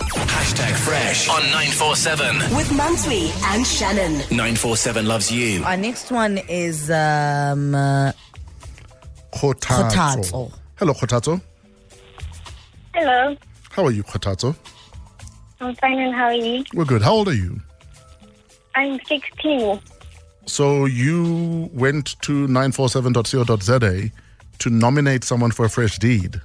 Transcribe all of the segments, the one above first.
Hashtag Fresh on 947. With Mansui and Shannon. 947 loves you. Our next one is um, uh, Khotatso. Khotatso. Hello, Khotatso. Hello, How are you, Khotatso? I'm fine and how are you? We're good. How old are you? I'm 16. So you went to 947.co.za to nominate someone for a fresh deed.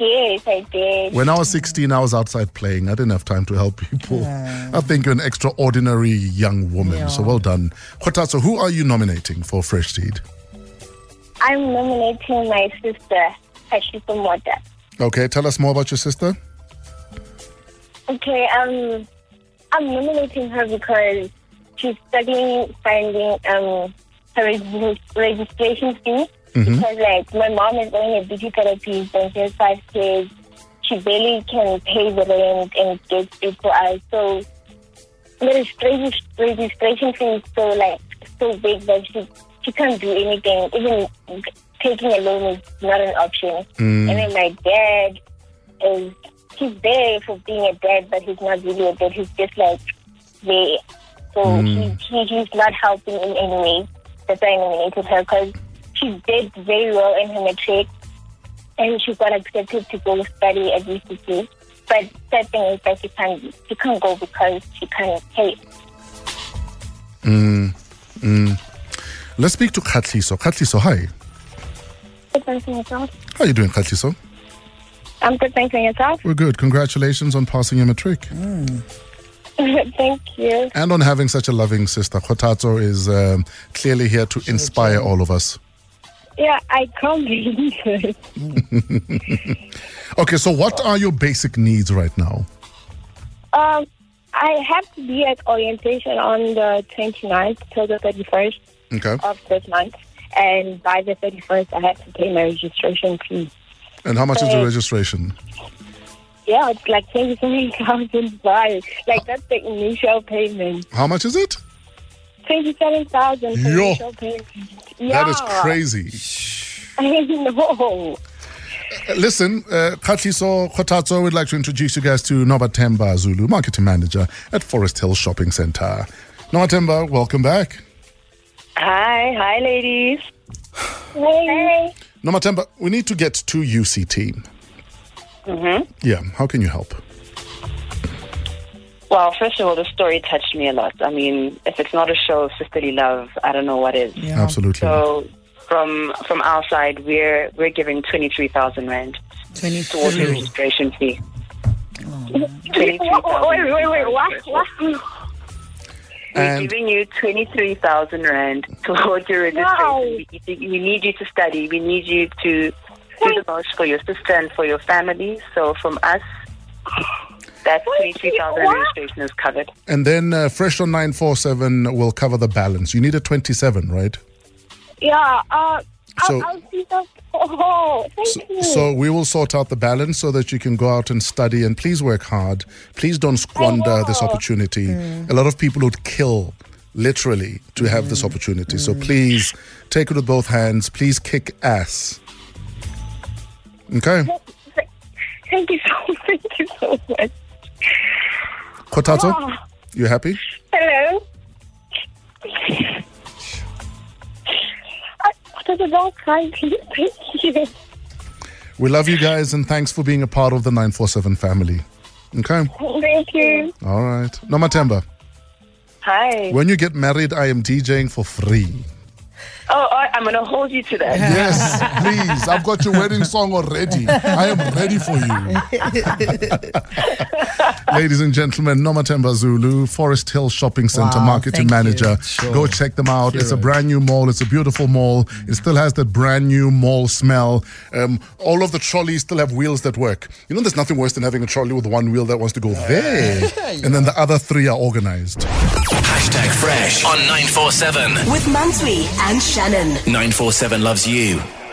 Yes, I did. When I was 16, I was outside playing. I didn't have time to help people. I think you're an extraordinary young woman. So well done. Khotatso, who are you nominating for fresh deed? I'm nominating my sister, Hashipa Mota. Okay, tell us more about your sister. Okay, um, I'm nominating her because she's struggling finding um her reg- registration fee because like my mom is going a beauty therapy and she has five kids. She barely can pay the rent and get it for us. So the registration registration fee is so like so big that she she can't do anything. Even taking a loan is not an option. And then my dad is he's there for being a dad, but he's not really a dad. He's just like there, so he, he he's not helping in any way. That's why I nominated her because she did very well in her matric, and she got accepted to go study at UCT. But sad thing is that she can't she can't go because she can't pay. Let's speak to Khatliso. Khatliso, hi. How are you doing, Khatliso? I'm good, thanks for yourself. We're good. Congratulations on passing your matric. Thank you. and on having such a loving sister. Khotatso is um, clearly here to inspire all of us. Yeah, I can't believe it. Okay, so what are your basic needs right now? Um, I have to be at orientation on the 29th till the 31st Okay. of this month, and by the 31st, I have to pay my registration fee. And how much is the registration? Yeah, it's like 27,000 baht. Like, that's the initial payment. How much is it? 27,000 for Yo. initial payment. Yeah. That is crazy. I Uh, know. Listen, uh, Khatliso Khotatso, we'd like to introduce you guys to Nobatemba Zulu, marketing manager at Forest Hill Shopping Center. Nobatemba, welcome back. Hi, hi, ladies. Hey. Nobatemba, we need to get to UCT. Mm-hmm. Yeah, how can you help? Well, first of all, the story touched me a lot. I mean, if it's not a show of sisterly love, I don't know what is. Yeah. Absolutely. So, from from our side, we're we're giving twenty three thousand rand towards the 23. registration fee. Wait, Twenty three wait, thousand. wait, wait, what? what? We're and giving you twenty three thousand rand towards your registration. Wow. We, we need you to study. We need you to do the most for your sister and for your family. So, from us, that twenty three thousand What? registration is covered. And then uh, Fresh on 947 will cover the balance. You need a 27, right? Yeah, uh, So- I'll, I'll see the. Oh, thank you. So we will sort out the balance so that you can go out and study and please work hard. Please don't squander this will. opportunity. A lot of people would kill literally to have this opportunity. So please take it with both hands. Please kick ass. Okay. Thank you so thank you so much. Kotato, you happy? Hello. I this is all kind. Thank you. We love you guys and thanks for being a part of the 947 family. Okay. Thank you. All right. Nomatemba. Hi. When you get married, I am DJing for free. Oh, I, I'm going to hold you to that. Yes, please. I've got your wedding song already. I am ready for you. Ladies and gentlemen, Nomatemba Zulu, Forest Hill Shopping Center Wow, Marketing thank you. Manager. Go check them out. It's a brand new mall. It's a beautiful mall. It still has that brand new mall smell. Um, all of the trolleys still have wheels that work. You know, there's nothing worse than having a trolley with one wheel that wants to go there, and then the other three are organized. Hashtag Fresh on 947. With Mansui and Shannon. 947 loves you.